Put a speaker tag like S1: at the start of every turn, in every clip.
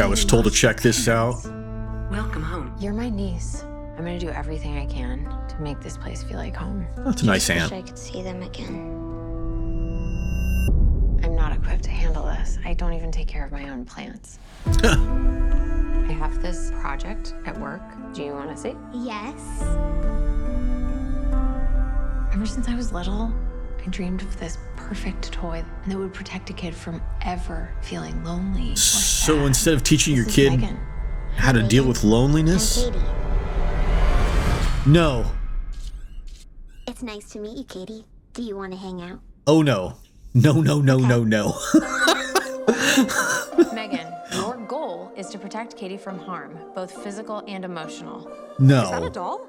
S1: I was told to check this out.
S2: Welcome home.
S3: You're my niece. I'm gonna do everything I can to make this place feel like home.
S1: That's a nice
S4: Wish
S1: aunt.
S4: I could see them again.
S3: I'm not equipped to handle this. I don't even take care of my own plants. I have this project at work. Do you wanna see?
S4: Yes.
S3: Ever since I was little, I dreamed of this perfect toy that would protect a kid from ever feeling lonely. Or
S1: So
S3: sad.
S1: instead of teaching your
S3: This is
S1: kid
S3: Megan.
S1: how to deal with loneliness,
S4: Katie.
S1: no.
S4: It's nice to meet you, Katie. Do you want to hang out?
S1: Oh no. No, no, no, no, no.
S3: Megan, your goal is to protect Katie from harm, both physical and emotional.
S1: No.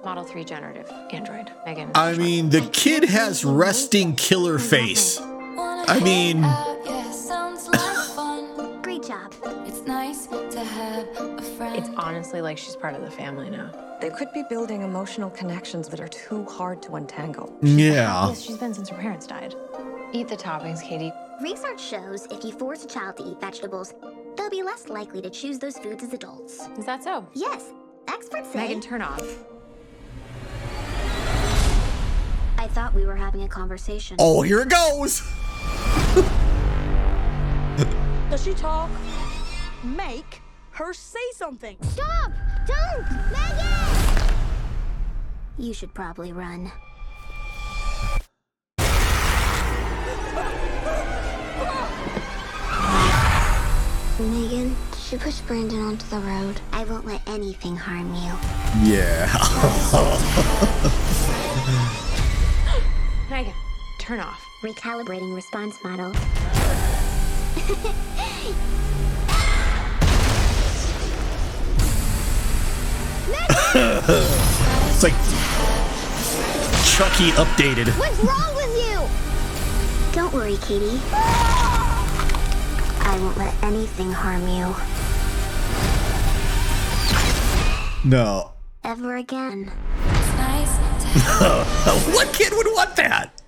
S3: Model 3 generative android. Megan.
S1: I mean, the kid has resting killer face. I mean,
S5: Yeah, sounds like fun.
S4: Great job.
S5: It's nice to have a friend.
S3: it's honestly like she's part of the family now.
S6: They could be building emotional connections that are too hard to untangle.
S1: yeah.
S3: Yes, she's been since her parents died. Eat the toppings, Katie.
S4: Research shows if you force a child to eat vegetables, they'll be less likely to choose those foods as adults.
S3: Is that so?
S4: Yes, experts say.
S3: Megan, turn off.
S4: I thought we were having a conversation.
S1: Oh, here it goes.
S7: Does she talk? Make her say something.
S4: Stop! Don't! Megan! You should probably run. Megan,
S8: She pushed Brandon onto the road.
S4: I won't let anything harm you.
S1: Yeah.
S3: Megan, turn off.
S4: Recalibrating response model.
S1: It's like Chucky updated.
S4: What's wrong with you? Don't worry, Katie. Ah! I won't let anything harm you.
S1: No.
S4: Ever again.
S5: nice to have
S1: What kid would want that?